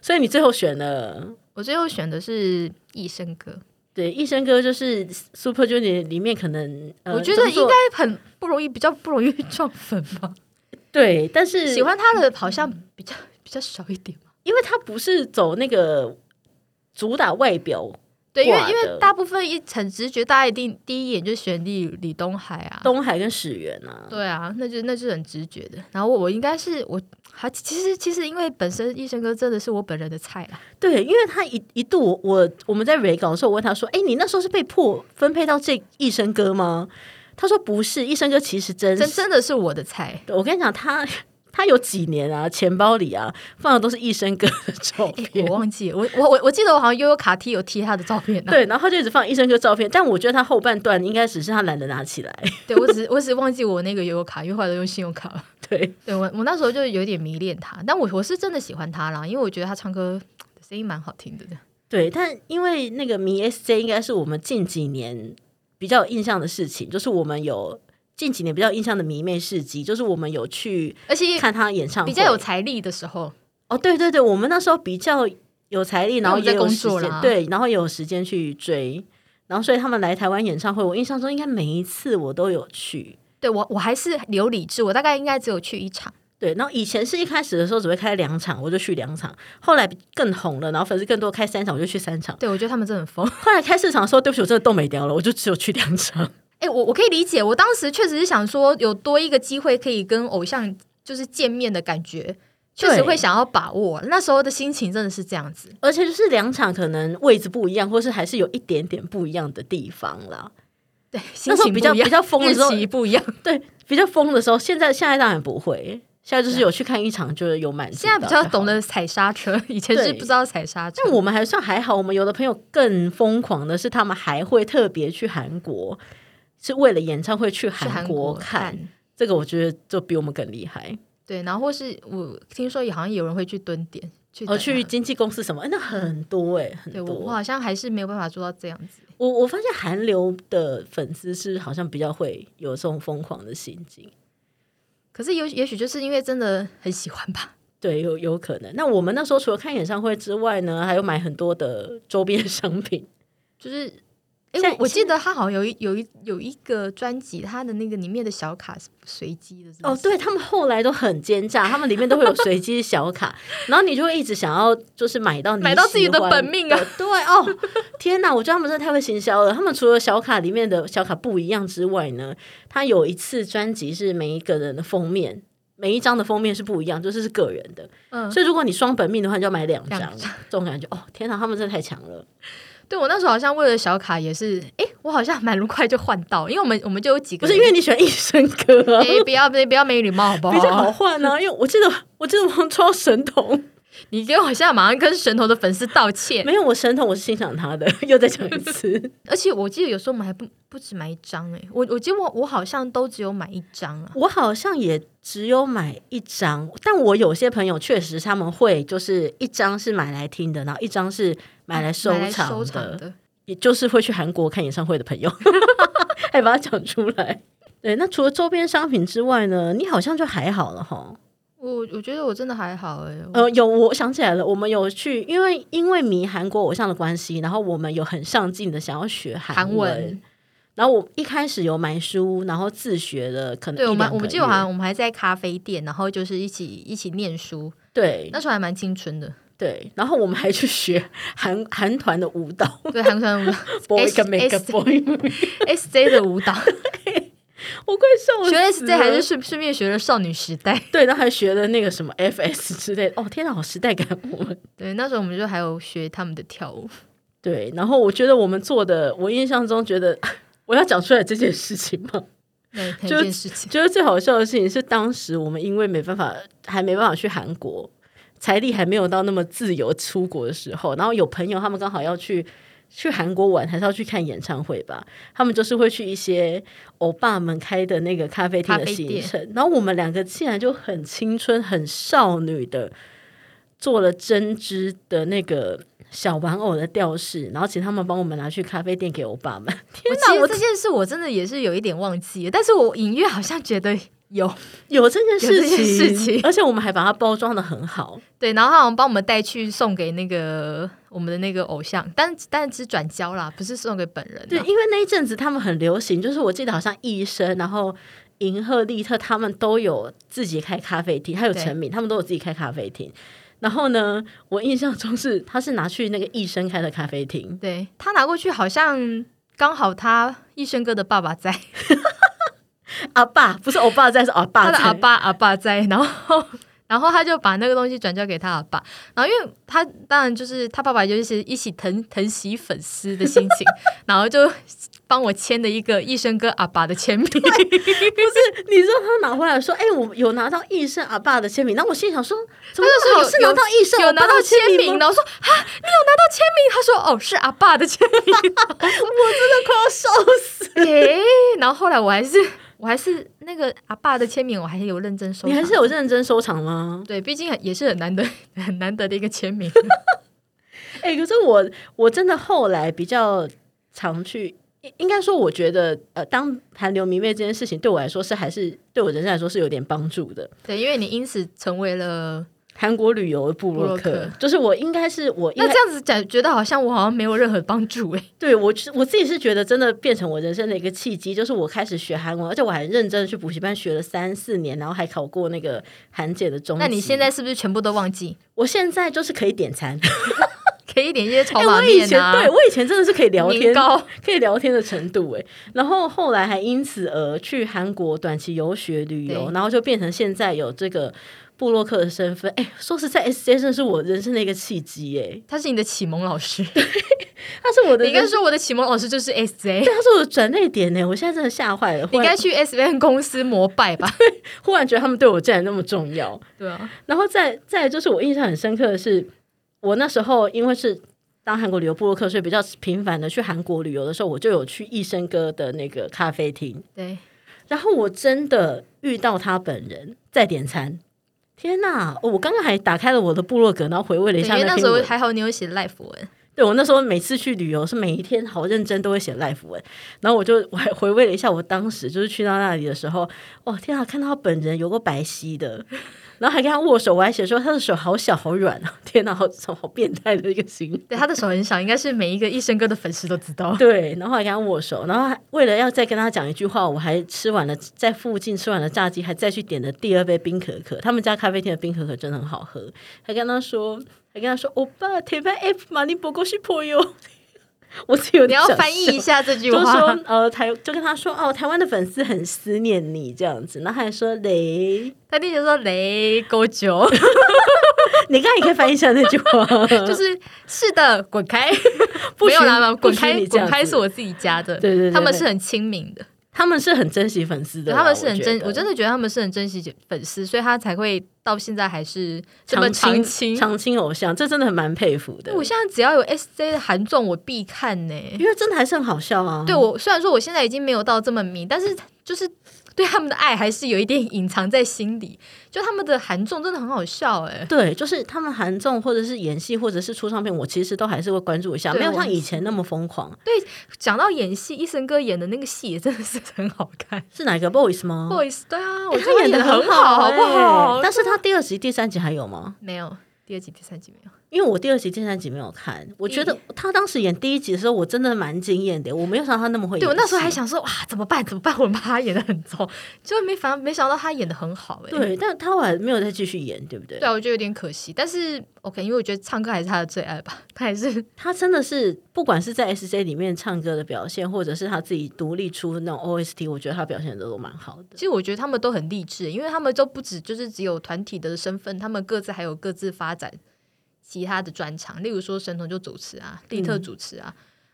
[SPEAKER 1] 所以你最后选了
[SPEAKER 2] 我最后选的是益生哥，
[SPEAKER 1] 对一生哥，就是 Super Junior 里面可能、呃、
[SPEAKER 2] 我觉
[SPEAKER 1] 怎
[SPEAKER 2] 得
[SPEAKER 1] 么说
[SPEAKER 2] 应该很不容易，比较不容易撞粉吧。
[SPEAKER 1] 对，但是
[SPEAKER 2] 喜欢他的好像比较比较少一点嘛。
[SPEAKER 1] 因为他不是走那个主打外表，
[SPEAKER 2] 对，因为
[SPEAKER 1] 挂的
[SPEAKER 2] 因为大部分一很直觉，大家一定第一眼就选李李东海啊，
[SPEAKER 1] 东海跟始源啊，
[SPEAKER 2] 对啊，那就那是很直觉的。然后我我应该是我还其实其实因为本身医生哥真的是我本人的菜啦，
[SPEAKER 1] 对，因为他一一度我我我们在 re 稿的时候，我问他说：“哎，你那时候是被迫分配到这一生哥吗？”他说：“不是，一生哥其实真
[SPEAKER 2] 真
[SPEAKER 1] 是。
[SPEAKER 2] 真的是我的菜。
[SPEAKER 1] 对”我跟你讲，他他有几年啊，钱包里啊放的都是一生哥的照
[SPEAKER 2] 哎、
[SPEAKER 1] 片
[SPEAKER 2] 我，忘记了我我我我记得我好像悠悠卡 T 有贴他的照片呢、啊
[SPEAKER 1] 对，然后他就一直放一生哥照片，但我觉得他后半段应该只是他懒得拿 起来，
[SPEAKER 2] 对我只我只忘记我那个悠悠卡，因为后来都用信用卡 了。
[SPEAKER 1] 对，
[SPEAKER 2] 对我我那时候就有点迷恋他，但我我是真的喜欢他啦，因为我觉得他唱歌嗯声音蛮好听的。
[SPEAKER 1] 对，但因为那个迷 SJ 应该是我们近几年比较有印象的事情，就是我们有近几年比较有印象的迷妹事迹，就是我们有去
[SPEAKER 2] 而且
[SPEAKER 1] 看她演唱会，
[SPEAKER 2] 比较有财力的时候，
[SPEAKER 1] 哦，对对对，我们那时候比较有财力，然后
[SPEAKER 2] 因为
[SPEAKER 1] 也有
[SPEAKER 2] 我们在
[SPEAKER 1] 时
[SPEAKER 2] 工作
[SPEAKER 1] 间，
[SPEAKER 2] 啦
[SPEAKER 1] 对，然后也有时间去追，然后所以他们来台湾演唱会，我印象中应该每一次我都有去。
[SPEAKER 2] 对我我还是有理智，我大概应该只有去一场。
[SPEAKER 1] 对，然后以前是一开始的时候只会开两场，我就去两场。后来更红了，然后粉丝更多，开三场我就去三场。
[SPEAKER 2] 对我觉得他们真的很疯。
[SPEAKER 1] 后来开四场的时候，对不起，我真的冻没掉了，我就只有去两场。
[SPEAKER 2] 哎、我我可以理解，我当时确实是想说，有多一个机会可以跟偶像就是见面的感觉，确实
[SPEAKER 1] 对
[SPEAKER 2] 会想要把握。那时候的心情真的是这样子，
[SPEAKER 1] 而且就是两场可能位置不一样，或是还是有一点点不一样的地方啦。
[SPEAKER 2] 对，心
[SPEAKER 1] 那时候
[SPEAKER 2] 情
[SPEAKER 1] 比
[SPEAKER 2] 不
[SPEAKER 1] 较
[SPEAKER 2] 一
[SPEAKER 1] 比
[SPEAKER 2] 样，
[SPEAKER 1] 较疯的
[SPEAKER 2] 日
[SPEAKER 1] 时候，
[SPEAKER 2] 期不 一样。
[SPEAKER 1] 对比较疯的时候，现在现在当然不会，现在就是有去看一场，就是有满足
[SPEAKER 2] 啊现在
[SPEAKER 1] 到
[SPEAKER 2] 比较
[SPEAKER 1] 就好
[SPEAKER 2] 懂。得踩刹车，以前是
[SPEAKER 1] 对
[SPEAKER 2] 不知道踩刹车
[SPEAKER 1] 但。我们还算还好，我们有的朋友更疯狂的是，他们还会特别去韩国，是为了演唱会去
[SPEAKER 2] 去韩
[SPEAKER 1] 韩国看。
[SPEAKER 2] 看，
[SPEAKER 1] 这个我觉得就比我们更厉害。
[SPEAKER 2] 对，然后或是我听说也好像有人会去蹲点，去
[SPEAKER 1] 而
[SPEAKER 2] 等
[SPEAKER 1] 哦去
[SPEAKER 2] 他。
[SPEAKER 1] 经纪公司什么，哎那很多哎、很
[SPEAKER 2] 对
[SPEAKER 1] 多。
[SPEAKER 2] 我我
[SPEAKER 1] 我
[SPEAKER 2] 好像还是没有办法做到这样子。
[SPEAKER 1] 我我发现韩流的粉丝是好像比较会有这种疯狂的心境。
[SPEAKER 2] 可是也也许就是因为真的很喜欢吧，
[SPEAKER 1] 对，有有可能。那我们那 时候除了看演唱会之外呢，还有买很多的周边商品。
[SPEAKER 2] 就是哎、
[SPEAKER 1] 现在
[SPEAKER 2] 我我记
[SPEAKER 1] 现在
[SPEAKER 2] 得他好像有一有一有一个专辑，他的那个里面的小卡是随机的。是不
[SPEAKER 1] 哦，
[SPEAKER 2] 是，
[SPEAKER 1] 对他们后来都很奸诈，他们里面都会有随机小卡，然后你就会一直想要就是买到你
[SPEAKER 2] 买到自己的
[SPEAKER 1] 喜欢
[SPEAKER 2] 本命啊
[SPEAKER 1] 的！对哦，天哪，我觉得他们真的太会行销了。他们除了小卡里面的小卡不一样之外呢，他有一次专辑是每一个人的封面。每一张的封面是不一样，就是是个人的，
[SPEAKER 2] 嗯，
[SPEAKER 1] 所以如果你双本命的话，你就要买两张
[SPEAKER 2] 两，
[SPEAKER 1] 这种感觉哦，天哪，他们真的太强了！
[SPEAKER 2] 对我那时候好像为了小卡也是，哎、我好像蛮快就换到，因为我们我们就有几
[SPEAKER 1] 不是
[SPEAKER 2] 个人，
[SPEAKER 1] 因为你喜欢一身歌、啊，
[SPEAKER 2] 哎、哦不要不要不要没礼貌好不
[SPEAKER 1] 比较好
[SPEAKER 2] 好？
[SPEAKER 1] 换啊，因为我记得我记得王超神童，
[SPEAKER 2] 你给我现在马上跟神头的粉丝道歉。
[SPEAKER 1] 没有我神童，我是欣赏他的， 又再讲一 次。
[SPEAKER 2] 而且我记得有时候我们还不不止买一张哎、我我记得我我好像都只有买一张啊。
[SPEAKER 1] 我好像也只有买一张，但我有些朋友确实他们会就是一张是买来听的，然后一张是买来收
[SPEAKER 2] 买
[SPEAKER 1] 藏
[SPEAKER 2] 收藏
[SPEAKER 1] 的，
[SPEAKER 2] 的，
[SPEAKER 1] 也就是会去韩国看演唱会的朋 友，还把它讲出来。对，那除了周边商品之外呢，你好像就还好了哈。
[SPEAKER 2] 我我觉得我真的还好哎、我
[SPEAKER 1] 呃，有，我想起来了，我们有去，因为因为迷韩国偶像的关系，然后我们有很上进的想要学
[SPEAKER 2] 韩
[SPEAKER 1] 文
[SPEAKER 2] 文，
[SPEAKER 1] 然后我一开始有买书，然后自学了，可能
[SPEAKER 2] 对我
[SPEAKER 1] 嗯一
[SPEAKER 2] 们
[SPEAKER 1] 两
[SPEAKER 2] 我们
[SPEAKER 1] 个
[SPEAKER 2] 记得好
[SPEAKER 1] 月
[SPEAKER 2] 像我们还在咖啡店，然后就是一起一起念书，
[SPEAKER 1] 对
[SPEAKER 2] 那时候还蛮青春的。
[SPEAKER 1] 对，然后我们还去学韩韩团的舞蹈
[SPEAKER 2] 对韩团舞蹈
[SPEAKER 1] ，boy
[SPEAKER 2] S-
[SPEAKER 1] can make a
[SPEAKER 2] S-
[SPEAKER 1] boy，
[SPEAKER 2] S J 的舞蹈，
[SPEAKER 1] 我快笑死
[SPEAKER 2] 学
[SPEAKER 1] 了。
[SPEAKER 2] 了 S J 还是顺顺便学了少女时代。
[SPEAKER 1] 对，然后还学了那个什么 FS 之类的，哦天哪，好时代感！我们
[SPEAKER 2] 对，那时候我们就还有学他们的跳舞。
[SPEAKER 1] 对，然后我觉得我们做的，我印象中觉得 我要讲出来这件事情吗？
[SPEAKER 2] 那那
[SPEAKER 1] 就
[SPEAKER 2] 件事情，
[SPEAKER 1] 觉得最好笑的事情是，当时我们因为没办法，还没办法去韩国，财力还没有到那么自由出国的时候，然后有朋友他们刚好要去去韩国玩，还是要去看演唱会吧，他们就是会去一些欧巴们开的那个咖啡厅的
[SPEAKER 2] 咖啡
[SPEAKER 1] 行
[SPEAKER 2] 店
[SPEAKER 1] 程，然后我们两个竟然就很青春、很少女的做了针织的那个。小玩偶的吊饰，然后请他们帮我们拿去咖啡店给欧巴们。
[SPEAKER 2] 我
[SPEAKER 1] 哪
[SPEAKER 2] 其
[SPEAKER 1] 我
[SPEAKER 2] 实这件事我真的也是有一点忘记了，但是我隐约好像觉得有
[SPEAKER 1] 有这件事
[SPEAKER 2] 有这
[SPEAKER 1] 情，
[SPEAKER 2] 件事情
[SPEAKER 1] 而且我们还把它包装的很好。
[SPEAKER 2] 对，然后他好像帮我们带去送给那个我们的那个偶像，但但只转交啦，不是送给本人啦。
[SPEAKER 1] 对，因为那一阵子他们很流行，就是我记得好像医生，然后银赫利特他们都有自己开咖啡厅，还有
[SPEAKER 2] 对
[SPEAKER 1] 陈敏他们都有自己开咖啡厅。然后呢，我印象中是他是拿去那个医生开的咖啡厅，
[SPEAKER 2] 对他拿过去好像刚好他一生哥的爸爸在，
[SPEAKER 1] 阿爸不是欧巴在，是阿
[SPEAKER 2] 他
[SPEAKER 1] 爸
[SPEAKER 2] 的
[SPEAKER 1] 在。
[SPEAKER 2] 阿 爸阿爸在，然后 然后他就把那个东西转交给他阿爸，然后因为他当然就是他爸爸就是一起疼疼惜粉丝的心 情，然后就帮我签了一个一生哥阿爸的 签名，
[SPEAKER 1] 你知道他拿回来说：“哎、我有拿到医生阿爸的签名。”然后我心里想说：“怎么
[SPEAKER 2] 他就说
[SPEAKER 1] 会
[SPEAKER 2] 有
[SPEAKER 1] 是拿到医生
[SPEAKER 2] 有拿到签名
[SPEAKER 1] 的
[SPEAKER 2] 的，我说啊，你有拿到签名？他说哦，是阿爸的签名，
[SPEAKER 1] 快要笑死！
[SPEAKER 2] 诶、 然后后来我还是我还是那个阿爸的签名，我还是有认真收
[SPEAKER 1] 你
[SPEAKER 2] 藏，
[SPEAKER 1] 还是有认真收藏吗？
[SPEAKER 2] 对，毕竟也是很难得 很难得的一个签名。
[SPEAKER 1] 哎、可是我我真的后来比较常去，应应该说，我觉得呃，当韩流迷妹这件事情对我来说是还是对我人生来说是有点帮助的。
[SPEAKER 2] 对，因为你因此成为了，
[SPEAKER 1] 韩国旅游的部落
[SPEAKER 2] 部
[SPEAKER 1] 客，
[SPEAKER 2] 落客
[SPEAKER 1] 就是我应该是我应
[SPEAKER 2] 那
[SPEAKER 1] 该
[SPEAKER 2] 这样子讲，觉得好像我好像没有任何帮助欸诶、
[SPEAKER 1] 对我是我自己是觉得真的变成我人生的一个契机，就是我开始学韩文，而且我还认真的去补习班学了三四年，然后还考过那个韩姐的中级。
[SPEAKER 2] 那你现在是不是全部都忘记？
[SPEAKER 1] 我现在就是可以点餐，
[SPEAKER 2] 可以点一些炒
[SPEAKER 1] 哎
[SPEAKER 2] 马
[SPEAKER 1] 我以
[SPEAKER 2] 面
[SPEAKER 1] 前
[SPEAKER 2] 啊，
[SPEAKER 1] 对我以前真的是可以聊
[SPEAKER 2] 年
[SPEAKER 1] 天，
[SPEAKER 2] 糕
[SPEAKER 1] 可以聊天的程度哎、然后后来还因此而去韩国短期游学旅游，
[SPEAKER 2] 对
[SPEAKER 1] 然后就变成现在有这个布洛克的身份。哎、说实在，S J 真的是我人生的一个契机哎、
[SPEAKER 2] 他是你的启蒙老师。
[SPEAKER 1] 他是我的
[SPEAKER 2] 你应该
[SPEAKER 1] 人，
[SPEAKER 2] 说我的启蒙老师就是 S J，
[SPEAKER 1] 对，他是我的转捩点欸呢、我现在真的吓坏了，
[SPEAKER 2] 你
[SPEAKER 1] 忽
[SPEAKER 2] 应该
[SPEAKER 1] 然
[SPEAKER 2] 去 S V N 公司膜拜 吧？
[SPEAKER 1] 忽然觉得他们对我竟然那么重要。
[SPEAKER 2] 对啊，
[SPEAKER 1] 然后再再来就是我印象很深刻的是，我那时候因为是当韩国旅游布洛克，所以比较频繁的去韩国旅游的时候，我就有去益生哥的那个咖啡厅。
[SPEAKER 2] 对，
[SPEAKER 1] 然后我真的遇到他本人在点餐，天哪！哦我刚刚还打开了我的部落格，然后回味了一
[SPEAKER 2] 对因
[SPEAKER 1] 下
[SPEAKER 2] 为
[SPEAKER 1] 那
[SPEAKER 2] 那
[SPEAKER 1] 篇
[SPEAKER 2] 时候
[SPEAKER 1] 文。
[SPEAKER 2] 还好你有写 life 文，
[SPEAKER 1] 对我那时候每次去旅游是每一天好认真都会写 life 文，然后我就我 还回味了一下我当时就是去到那里的时候，哦天啊，看到他本人有个白皙的，然后还跟他握手，我还写说他的手好小好软啊！天哪，好 好变态的一个行为。
[SPEAKER 2] 对，他的手很小，应该是每一个一生哥的粉丝都知道。
[SPEAKER 1] 对，然后还跟他握手，然后还为了要再跟他讲一句话，我还吃完了在附近吃完了炸鸡，还再去点了第二杯冰可可。他们家咖啡厅的冰可可真的很好喝，还跟他说，还跟他说，欧巴，铁哎板 F 马尼博过去破哟。 我是有
[SPEAKER 2] 你
[SPEAKER 1] 点
[SPEAKER 2] 要
[SPEAKER 1] 想
[SPEAKER 2] 翻译
[SPEAKER 1] 笑
[SPEAKER 2] 一下这句
[SPEAKER 1] 就
[SPEAKER 2] 话
[SPEAKER 1] 说，呃台就跟他说哦，台湾的粉丝很思念你这样子，然后还说雷，
[SPEAKER 2] 他弟就说雷勾九，
[SPEAKER 1] 你刚才也可以翻译一下那句话，
[SPEAKER 2] 就是是的，滚开，
[SPEAKER 1] 嗯 不
[SPEAKER 2] 没有
[SPEAKER 1] 许
[SPEAKER 2] 啦，没有
[SPEAKER 1] 不
[SPEAKER 2] 滚
[SPEAKER 1] 许
[SPEAKER 2] 开，
[SPEAKER 1] 你这
[SPEAKER 2] 滚
[SPEAKER 1] 样
[SPEAKER 2] 开
[SPEAKER 1] 子
[SPEAKER 2] 是我自己加的，
[SPEAKER 1] 对对对对
[SPEAKER 2] 他们是很亲民的，
[SPEAKER 1] 他们是很珍惜粉丝的啦，
[SPEAKER 2] 他们是很珍，我
[SPEAKER 1] 觉
[SPEAKER 2] 真
[SPEAKER 1] 得
[SPEAKER 2] 的觉得他们是很珍惜粉丝，所以他才会到现在还是这么
[SPEAKER 1] 常
[SPEAKER 2] 青。
[SPEAKER 1] 常青偶像，这真的很蛮佩服的
[SPEAKER 2] 我，现在只要有 S J 的韩综，我必看呢、
[SPEAKER 1] 因为真的还是很好笑啊，
[SPEAKER 2] 对我虽然说我现在已经没有到这么迷，但是就是对他们的爱还是有一点隐藏在心里。就他们的韩综真的很好笑哎、
[SPEAKER 1] 对，就是他们韩综或者是演戏或者是出唱片，我其实都还是会关注一下，
[SPEAKER 2] 对
[SPEAKER 1] 没有
[SPEAKER 2] 我
[SPEAKER 1] 像
[SPEAKER 2] 也
[SPEAKER 1] 以前那么疯狂。
[SPEAKER 2] 讲到演戏，一生哥演的那个戏也真的是很好看。
[SPEAKER 1] 是哪一个 boys 吗？
[SPEAKER 2] Boys，对啊，
[SPEAKER 1] 诶
[SPEAKER 2] 我
[SPEAKER 1] 嗯
[SPEAKER 2] 觉
[SPEAKER 1] 他
[SPEAKER 2] 得
[SPEAKER 1] 演
[SPEAKER 2] 的
[SPEAKER 1] 的
[SPEAKER 2] 很
[SPEAKER 1] 好
[SPEAKER 2] 好
[SPEAKER 1] 欸，
[SPEAKER 2] 不好？
[SPEAKER 1] 但是他第二集、第三集还有吗？
[SPEAKER 2] 没有第二集、第三集没有。
[SPEAKER 1] 因为我第二集、第三集没有看，我觉得
[SPEAKER 2] 嗯
[SPEAKER 1] 他当时演第一集的时候，我真的蛮惊艳的，我没有想到他那么会演戏。
[SPEAKER 2] 对我那时候还想说，哇，怎么办？怎么办？我 把他演的很糟，结果没反没想到他演的很好哎、
[SPEAKER 1] 对，但他后来没有再继续演，对不对？
[SPEAKER 2] 对啊，我觉得有点可惜，但是 OK，因为我觉得唱歌还是他的最爱吧， 他还是
[SPEAKER 1] 他真的是不管是在 S J 里面唱歌的表现，或者是他自己独立出那种 O S T，我觉得他表现的都蛮好的。
[SPEAKER 2] 其实我觉得他们都很励志，欸因为他们都不止就是只有团体的身份，他们各自还有各自发展其他的专长，例如说神童就主持啊，
[SPEAKER 1] 嗯
[SPEAKER 2] 利特主持啊，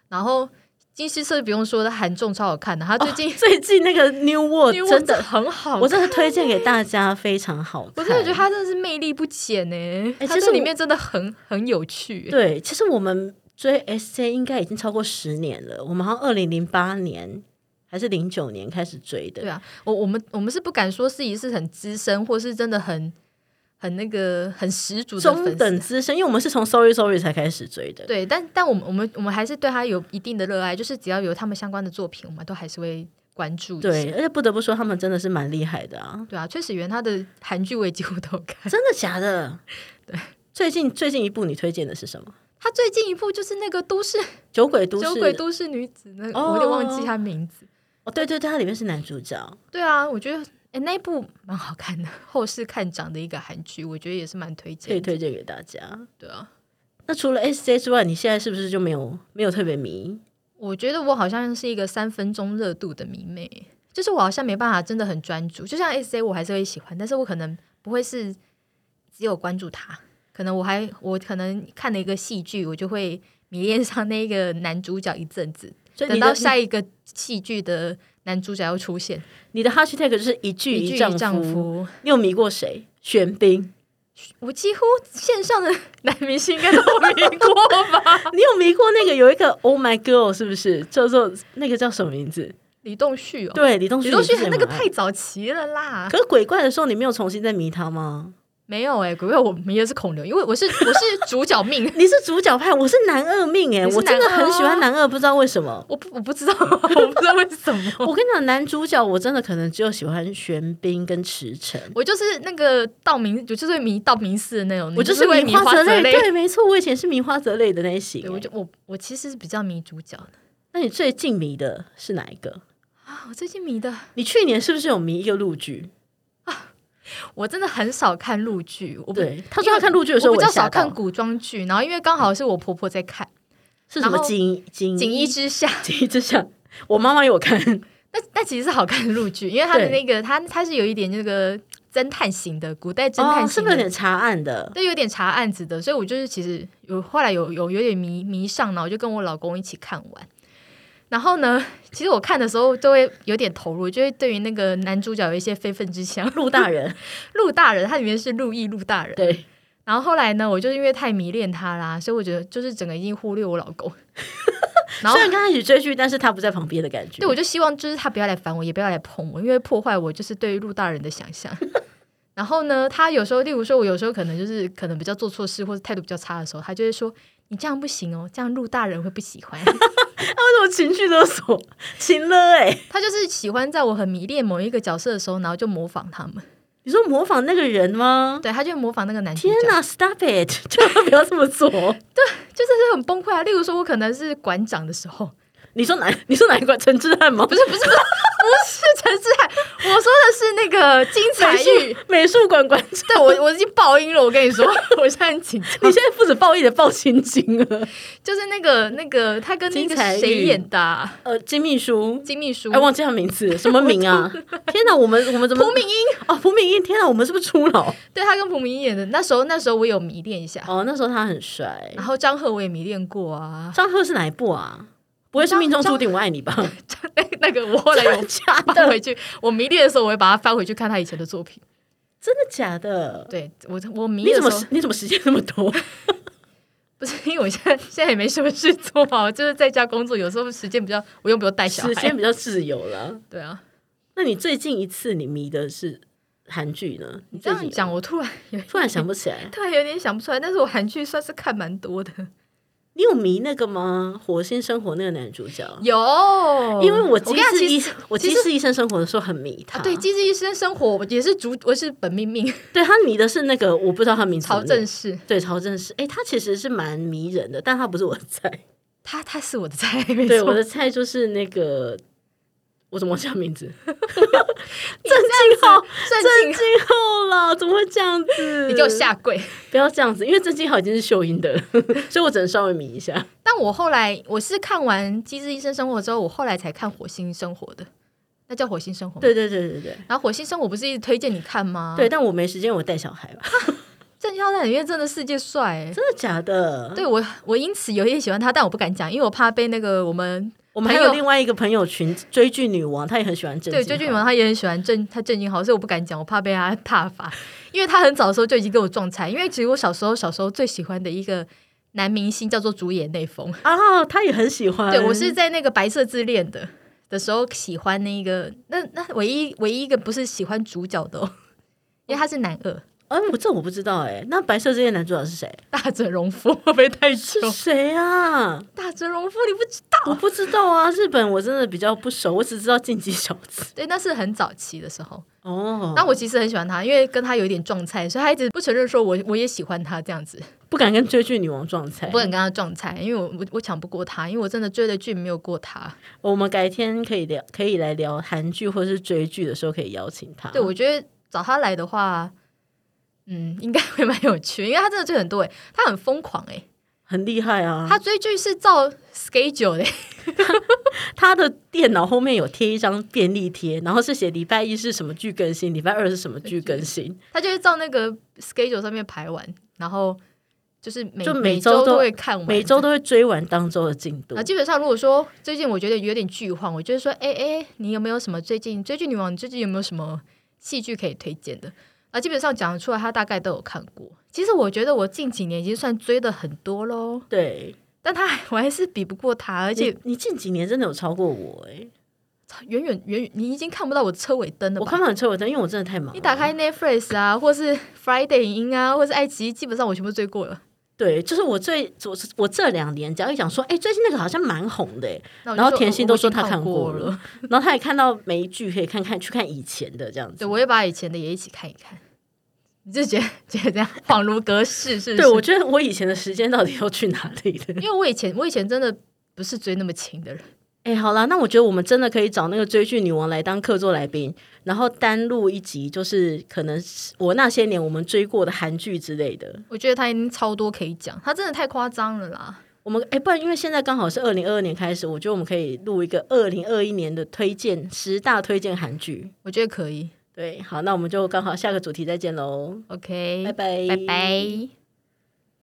[SPEAKER 2] 然后金希澈就不用说，他韩综超好看的，他最近、
[SPEAKER 1] 最近那个 New World
[SPEAKER 2] 因为
[SPEAKER 1] 哦真的，
[SPEAKER 2] 很好看
[SPEAKER 1] 我真的推荐给大家，非常好看。
[SPEAKER 2] 我真的觉得他真的是魅力不减呢、
[SPEAKER 1] 哎其
[SPEAKER 2] 他
[SPEAKER 1] 实
[SPEAKER 2] 这里
[SPEAKER 1] 我
[SPEAKER 2] 面真的很很有趣、
[SPEAKER 1] 对，其实我们追 S J 应该已经超过十年了，我们好像二零零八年还是零九年开始追的
[SPEAKER 2] 对。啊，我我们我们是不敢说自己是很资深，或是真的很很那个很十足的
[SPEAKER 1] 中
[SPEAKER 2] 粉
[SPEAKER 1] 等
[SPEAKER 2] 丝。啊
[SPEAKER 1] 资深，因为我们是从 Sorry Sorry 才开始追的，
[SPEAKER 2] 对，但但我们我们我们还是对他有一定的热爱，就是只要有他们相关的作品，我们都还是会关注一下。
[SPEAKER 1] 对，而且不得不说，他们真的是蛮厉害的 啊！
[SPEAKER 2] 对啊，崔始源他的韩剧我也几乎都有看。
[SPEAKER 1] 真的假的？对，最近最近一部你推荐的是什么？
[SPEAKER 2] 他最近一部就是那个都市
[SPEAKER 1] 《酒鬼都市》
[SPEAKER 2] 酒鬼都市女子，那个、我有点忘记他名字。
[SPEAKER 1] 哦，对对对，它里面是男主角，
[SPEAKER 2] 对啊，我觉得哎那一部蛮好看的，后世看涨的一个韩剧，我觉得也是蛮推
[SPEAKER 1] 可以
[SPEAKER 2] 荐的。
[SPEAKER 1] 推荐给大家。
[SPEAKER 2] 对啊，
[SPEAKER 1] 那除了 S J 之外，你现在是不是就没有没有特别迷？
[SPEAKER 2] 我觉得我好像是一个三分钟热度的迷妹，就是我好像没办法真的很专注。就像 S A，我还是会喜欢，但是我可能不会是只有关注他，可能我还我可能看了一个戏剧，我就会迷恋上那个男主角一阵子，
[SPEAKER 1] 所以
[SPEAKER 2] 等
[SPEAKER 1] 你的
[SPEAKER 2] 到下一个戏剧的男主角又出现，
[SPEAKER 1] 你的 hashtag 就是一句
[SPEAKER 2] 一剧
[SPEAKER 1] 丈
[SPEAKER 2] 一丈夫。
[SPEAKER 1] 你有迷过谁？玄彬，
[SPEAKER 2] 我几乎线上的 男明星应该都迷过吧？
[SPEAKER 1] 你有迷过那个有一个 Oh My Girl 是不是？叫做那个叫什么名字？
[SPEAKER 2] 李栋旭哦，
[SPEAKER 1] 对，李栋旭
[SPEAKER 2] 李
[SPEAKER 1] 也
[SPEAKER 2] 栋
[SPEAKER 1] 是
[SPEAKER 2] 旭
[SPEAKER 1] 蛮爱的，
[SPEAKER 2] 他那个太早期了啦。
[SPEAKER 1] 可是鬼怪的时候，你没有重新再迷他吗？，
[SPEAKER 2] 没有哎、鬼怪我们也是孔刘，因为我是我是主角命
[SPEAKER 1] 你是主角派，我是男二命哎、
[SPEAKER 2] 你是
[SPEAKER 1] 我真的
[SPEAKER 2] 男二啊
[SPEAKER 1] 很喜欢男二，不知道为什 么。
[SPEAKER 2] 我不我不知道，我不知道为什 么，
[SPEAKER 1] 我跟你讲，男主角我真的可能只有喜欢玄彬跟池诚，
[SPEAKER 2] 我就是那个道明，我就是会迷道明寺的那种，
[SPEAKER 1] 我
[SPEAKER 2] 你
[SPEAKER 1] 嗯是
[SPEAKER 2] 会迷
[SPEAKER 1] 花
[SPEAKER 2] 花
[SPEAKER 1] 类，
[SPEAKER 2] 类。
[SPEAKER 1] 对，没错，我以前是迷花泽类的那一型、欸
[SPEAKER 2] 对，我就我我其实是比较迷主角的
[SPEAKER 1] 那你最近迷的是哪一个？
[SPEAKER 2] 啊，我最近迷的，
[SPEAKER 1] 你去年是不是有迷一个陆剧？
[SPEAKER 2] 我真的很少看陆剧，我不
[SPEAKER 1] 对，他说他看陆剧的时候，
[SPEAKER 2] 我
[SPEAKER 1] 我
[SPEAKER 2] 比较
[SPEAKER 1] 也吓
[SPEAKER 2] 少看
[SPEAKER 1] 到
[SPEAKER 2] 古装剧，然后因为刚好是我婆婆在看
[SPEAKER 1] 是什么
[SPEAKER 2] 然后
[SPEAKER 1] 锦锦
[SPEAKER 2] 《锦衣之 下》
[SPEAKER 1] 锦衣之下，我妈妈有看，
[SPEAKER 2] 那那其实是好看的陆剧，因为它的
[SPEAKER 1] 对
[SPEAKER 2] 那个它它是有一点那个侦探型的，古代侦探
[SPEAKER 1] 哦，是
[SPEAKER 2] 型
[SPEAKER 1] 不是有
[SPEAKER 2] 的
[SPEAKER 1] 点查案的？
[SPEAKER 2] 对，有点查案子的，所以我就是其实有后来有有有点迷迷上了，我就跟我老公一起看完。然后呢，其实我看的时候都会有点投入，就会对于那个男主角有一些非分之想。
[SPEAKER 1] 陆大 人，
[SPEAKER 2] 陆大人，他里面是陆毅陆大人。
[SPEAKER 1] 对，
[SPEAKER 2] 然后后来呢，我就因为太迷恋他啦，所以我觉得就是整个已经忽略我老公。然后
[SPEAKER 1] 虽然刚开始追剧，但是他不在旁边的感觉。
[SPEAKER 2] 对，我就希望就是他不要来烦我，也不要来碰我，因为破坏我就是对于陆大人的想象。 然后呢，他有时候，例如说，我有时候可能就是可能比较做错事或者态度比较差的时候，他就会说：“你这样不行哦，这样陆大人会不喜欢。
[SPEAKER 1] 为什么情绪勒索？情勒哎、”
[SPEAKER 2] 他就是喜欢在我很迷恋某一个角色的时候，然后就模仿他们。
[SPEAKER 1] 你说模仿那个人吗？
[SPEAKER 2] 对，他就模仿那个男主角
[SPEAKER 1] 天，哪，Stop it！千 万不要这么做。
[SPEAKER 2] 就是很崩溃啊。例如说，我可能是馆长的时候，
[SPEAKER 1] 你说哪？你说哪一个陈志汉吗？
[SPEAKER 2] 不是不是不是不是陈志海，我说的是那个金彩
[SPEAKER 1] 美
[SPEAKER 2] 玉
[SPEAKER 1] 术。美术馆馆长，
[SPEAKER 2] 对我我已经爆音了，我跟你说， 我现在很紧张。
[SPEAKER 1] 你现在不止报一的报心经了。
[SPEAKER 2] 就是那个那个他跟那
[SPEAKER 1] 金
[SPEAKER 2] 个
[SPEAKER 1] 彩
[SPEAKER 2] 谁
[SPEAKER 1] 玉
[SPEAKER 2] 演的啊、
[SPEAKER 1] 呃，金秘书，
[SPEAKER 2] 金秘书
[SPEAKER 1] 哎，忘记他名字，什么名啊？天哪，我们我们怎么
[SPEAKER 2] 蒲敏英，
[SPEAKER 1] 哦，蒲敏英，天哪，我们是不是初老？
[SPEAKER 2] 对他跟蒲敏英演的，那时候那时候我有迷恋一下，
[SPEAKER 1] 哦，那时候他很帅。
[SPEAKER 2] 然后张赫我也迷恋过啊，
[SPEAKER 1] 张赫是哪一部啊？不会是
[SPEAKER 2] 张
[SPEAKER 1] 命中
[SPEAKER 2] 张
[SPEAKER 1] 注定我爱你吧？
[SPEAKER 2] 那那个我后来有
[SPEAKER 1] 假
[SPEAKER 2] 翻回去，我迷恋的时候我会把它翻回去看他以前的作品。
[SPEAKER 1] 真的假的？
[SPEAKER 2] 对我我迷
[SPEAKER 1] 你
[SPEAKER 2] 恋
[SPEAKER 1] 怎
[SPEAKER 2] 的
[SPEAKER 1] 么
[SPEAKER 2] 时候
[SPEAKER 1] 时你怎么时间那么多？
[SPEAKER 2] 不是因为我现在现在也没什么事做嘛，我就是在家工作，有时候时间比较我又不用带小
[SPEAKER 1] 时间
[SPEAKER 2] 孩，
[SPEAKER 1] 比较自由了。
[SPEAKER 2] 对啊，
[SPEAKER 1] 那你最近一次你迷的是韩剧呢？你
[SPEAKER 2] 你这
[SPEAKER 1] 最
[SPEAKER 2] 样
[SPEAKER 1] 近
[SPEAKER 2] 讲我突然有
[SPEAKER 1] 突然想不起来，
[SPEAKER 2] 突然有点想不出来，但是我韩剧算是看蛮多的，
[SPEAKER 1] 你有迷那个吗？《火星生活》那个男主角，
[SPEAKER 2] 有，
[SPEAKER 1] 因为我
[SPEAKER 2] 嗯我
[SPEAKER 1] 其
[SPEAKER 2] 跟你讲
[SPEAKER 1] 实
[SPEAKER 2] 其
[SPEAKER 1] 医
[SPEAKER 2] 实
[SPEAKER 1] 我
[SPEAKER 2] 其
[SPEAKER 1] 其
[SPEAKER 2] 实
[SPEAKER 1] 实医生生活的时候很迷他，
[SPEAKER 2] 啊，对，《机智医生生活》我也是主，我是本命命
[SPEAKER 1] 对他迷的是那个我不知道他名字怎么
[SPEAKER 2] 曹
[SPEAKER 1] 念，
[SPEAKER 2] 正奭，
[SPEAKER 1] 对曹正是，哎，他其实是蛮迷人的，但他不是我的菜，
[SPEAKER 2] 他他是我的菜， 没
[SPEAKER 1] 对
[SPEAKER 2] 错
[SPEAKER 1] 我。的菜就是那个我怎么忘记他名 字？
[SPEAKER 2] 你这样子
[SPEAKER 1] 郑
[SPEAKER 2] 郑
[SPEAKER 1] 敬浩啦，怎么会这样子？
[SPEAKER 2] 你给我下跪。
[SPEAKER 1] 不要这样子，因为郑敬浩已经是秀英的了， 所以我只能稍微迷一下。
[SPEAKER 2] 但我后来我是看完《机智医生生活》之后，我后来才看《火星生活》的，那叫《火星生活》。，
[SPEAKER 1] 对对对对对。
[SPEAKER 2] 然后《火星生活》不是一直推荐你看吗？
[SPEAKER 1] 对，，但我没时间，我带小孩吧。
[SPEAKER 2] 郑孝在里面真的世界帅、欸。
[SPEAKER 1] 真的假的？
[SPEAKER 2] 对我，我因此有一点喜欢他，但我不敢讲，因为我怕被那个我们
[SPEAKER 1] 我们还
[SPEAKER 2] 朋
[SPEAKER 1] 有
[SPEAKER 2] 友
[SPEAKER 1] 另外一个朋友群追剧女王，她也很喜欢郑
[SPEAKER 2] 对
[SPEAKER 1] 敬
[SPEAKER 2] 追
[SPEAKER 1] 浩
[SPEAKER 2] 剧王他也很喜欢郑他郑敬豪，所以我不敢讲，我怕被他 踏伐，因为他很早的时候就已经跟我撞菜，因为其实我小时候小时候最喜欢的一个男明星叫做竹野内丰，
[SPEAKER 1] 啊，她也很喜欢。
[SPEAKER 2] 对我是在那个白色自恋的的时候喜欢那一个，那那唯一唯一一个不是喜欢主角的、哦，因为他是男二
[SPEAKER 1] 哎，我这我不知道哎、那白色之夜男主角是谁？
[SPEAKER 2] 大泽荣夫，会不会太久？
[SPEAKER 1] 是谁啊？
[SPEAKER 2] 大泽荣夫你不知道？
[SPEAKER 1] 我不知道啊，日本我真的比较不熟，我只知道晋级小子。
[SPEAKER 2] 对，那是很早期的时候。
[SPEAKER 1] 哦，
[SPEAKER 2] 那我其实很喜欢他，因为跟他有一点撞菜，所以他一直不承认说我我也喜欢他这样子。
[SPEAKER 1] 不敢跟追剧女王撞菜
[SPEAKER 2] 我不。敢跟他撞菜，因为我我我抢不过他，因为我真的追的剧没有过他。
[SPEAKER 1] 我们改天可以聊，可以来聊韩剧或是追剧的时候可以邀请她。
[SPEAKER 2] 对，我觉得找他来的话，嗯，应该会蛮有趣，因为他真的追很多诶、欸他很疯狂诶、
[SPEAKER 1] 很厉害啊。
[SPEAKER 2] 他追剧是照 schedule 的、
[SPEAKER 1] 他的电脑后面有贴一张便利贴，然后是写礼拜一是什么剧更新，礼拜二是什么剧更新，
[SPEAKER 2] 他就是照那个 schedule 上面排完，然后就是每
[SPEAKER 1] 就每
[SPEAKER 2] 每
[SPEAKER 1] 周
[SPEAKER 2] 周
[SPEAKER 1] 都
[SPEAKER 2] 会看完，
[SPEAKER 1] 每周都会追完当周的进度
[SPEAKER 2] 啊，。基本上如果说最近我觉得有点剧荒，我就是说，哎哎，你有没有什么最近追剧女王？你最近有没有什么戏剧可以推荐的？啊，基本上讲得出来，他大概都有看过。其实我觉得我近几年已经算追的很多喽，
[SPEAKER 1] 对，
[SPEAKER 2] 但他还我还是比不过他，而
[SPEAKER 1] 而
[SPEAKER 2] 且
[SPEAKER 1] 且你近几年真的有超过我哎、
[SPEAKER 2] 远远远远，你已经看不到我车尾灯了
[SPEAKER 1] 我
[SPEAKER 2] 吧
[SPEAKER 1] 看？不到你车尾灯，因为我真的太忙了。
[SPEAKER 2] 你打开 Netflix 啊，或是 Friday 影音啊，或是爱奇艺，基本上我全部追过了。
[SPEAKER 1] 对，就是我最我我这两年只要一讲说，哎、最近那个好像蛮红的、哎
[SPEAKER 2] 然
[SPEAKER 1] 然后甜心都说她
[SPEAKER 2] 看
[SPEAKER 1] 看过了，然后他也看到每一剧可以看看去看以前的这样子
[SPEAKER 2] 对，。我也把以前的也一起看一看。你就觉得觉得这样恍如隔世，是不是？
[SPEAKER 1] 对，我觉得我以前的时间到底要去哪里了？
[SPEAKER 2] 因为我以前我以前真的不是追那么勤的人，
[SPEAKER 1] 哎、好啦，那我觉得我们真的可以找那个追剧女王来当客座来宾，然后单录一集，就是可能是我那些年我们追过的韩剧之类的。
[SPEAKER 2] 我觉得他已经超多可以讲，他真的太夸张了啦。
[SPEAKER 1] 我们哎、不然因为现在刚好是二零二二年开始，我觉得我们可以录一个二零二一年的推荐十大推荐韩剧。
[SPEAKER 2] 我觉得可以
[SPEAKER 1] 对，好，那我们就刚好下个主题再见喽，
[SPEAKER 2] ，OK，
[SPEAKER 1] 哎拜拜，
[SPEAKER 2] 拜拜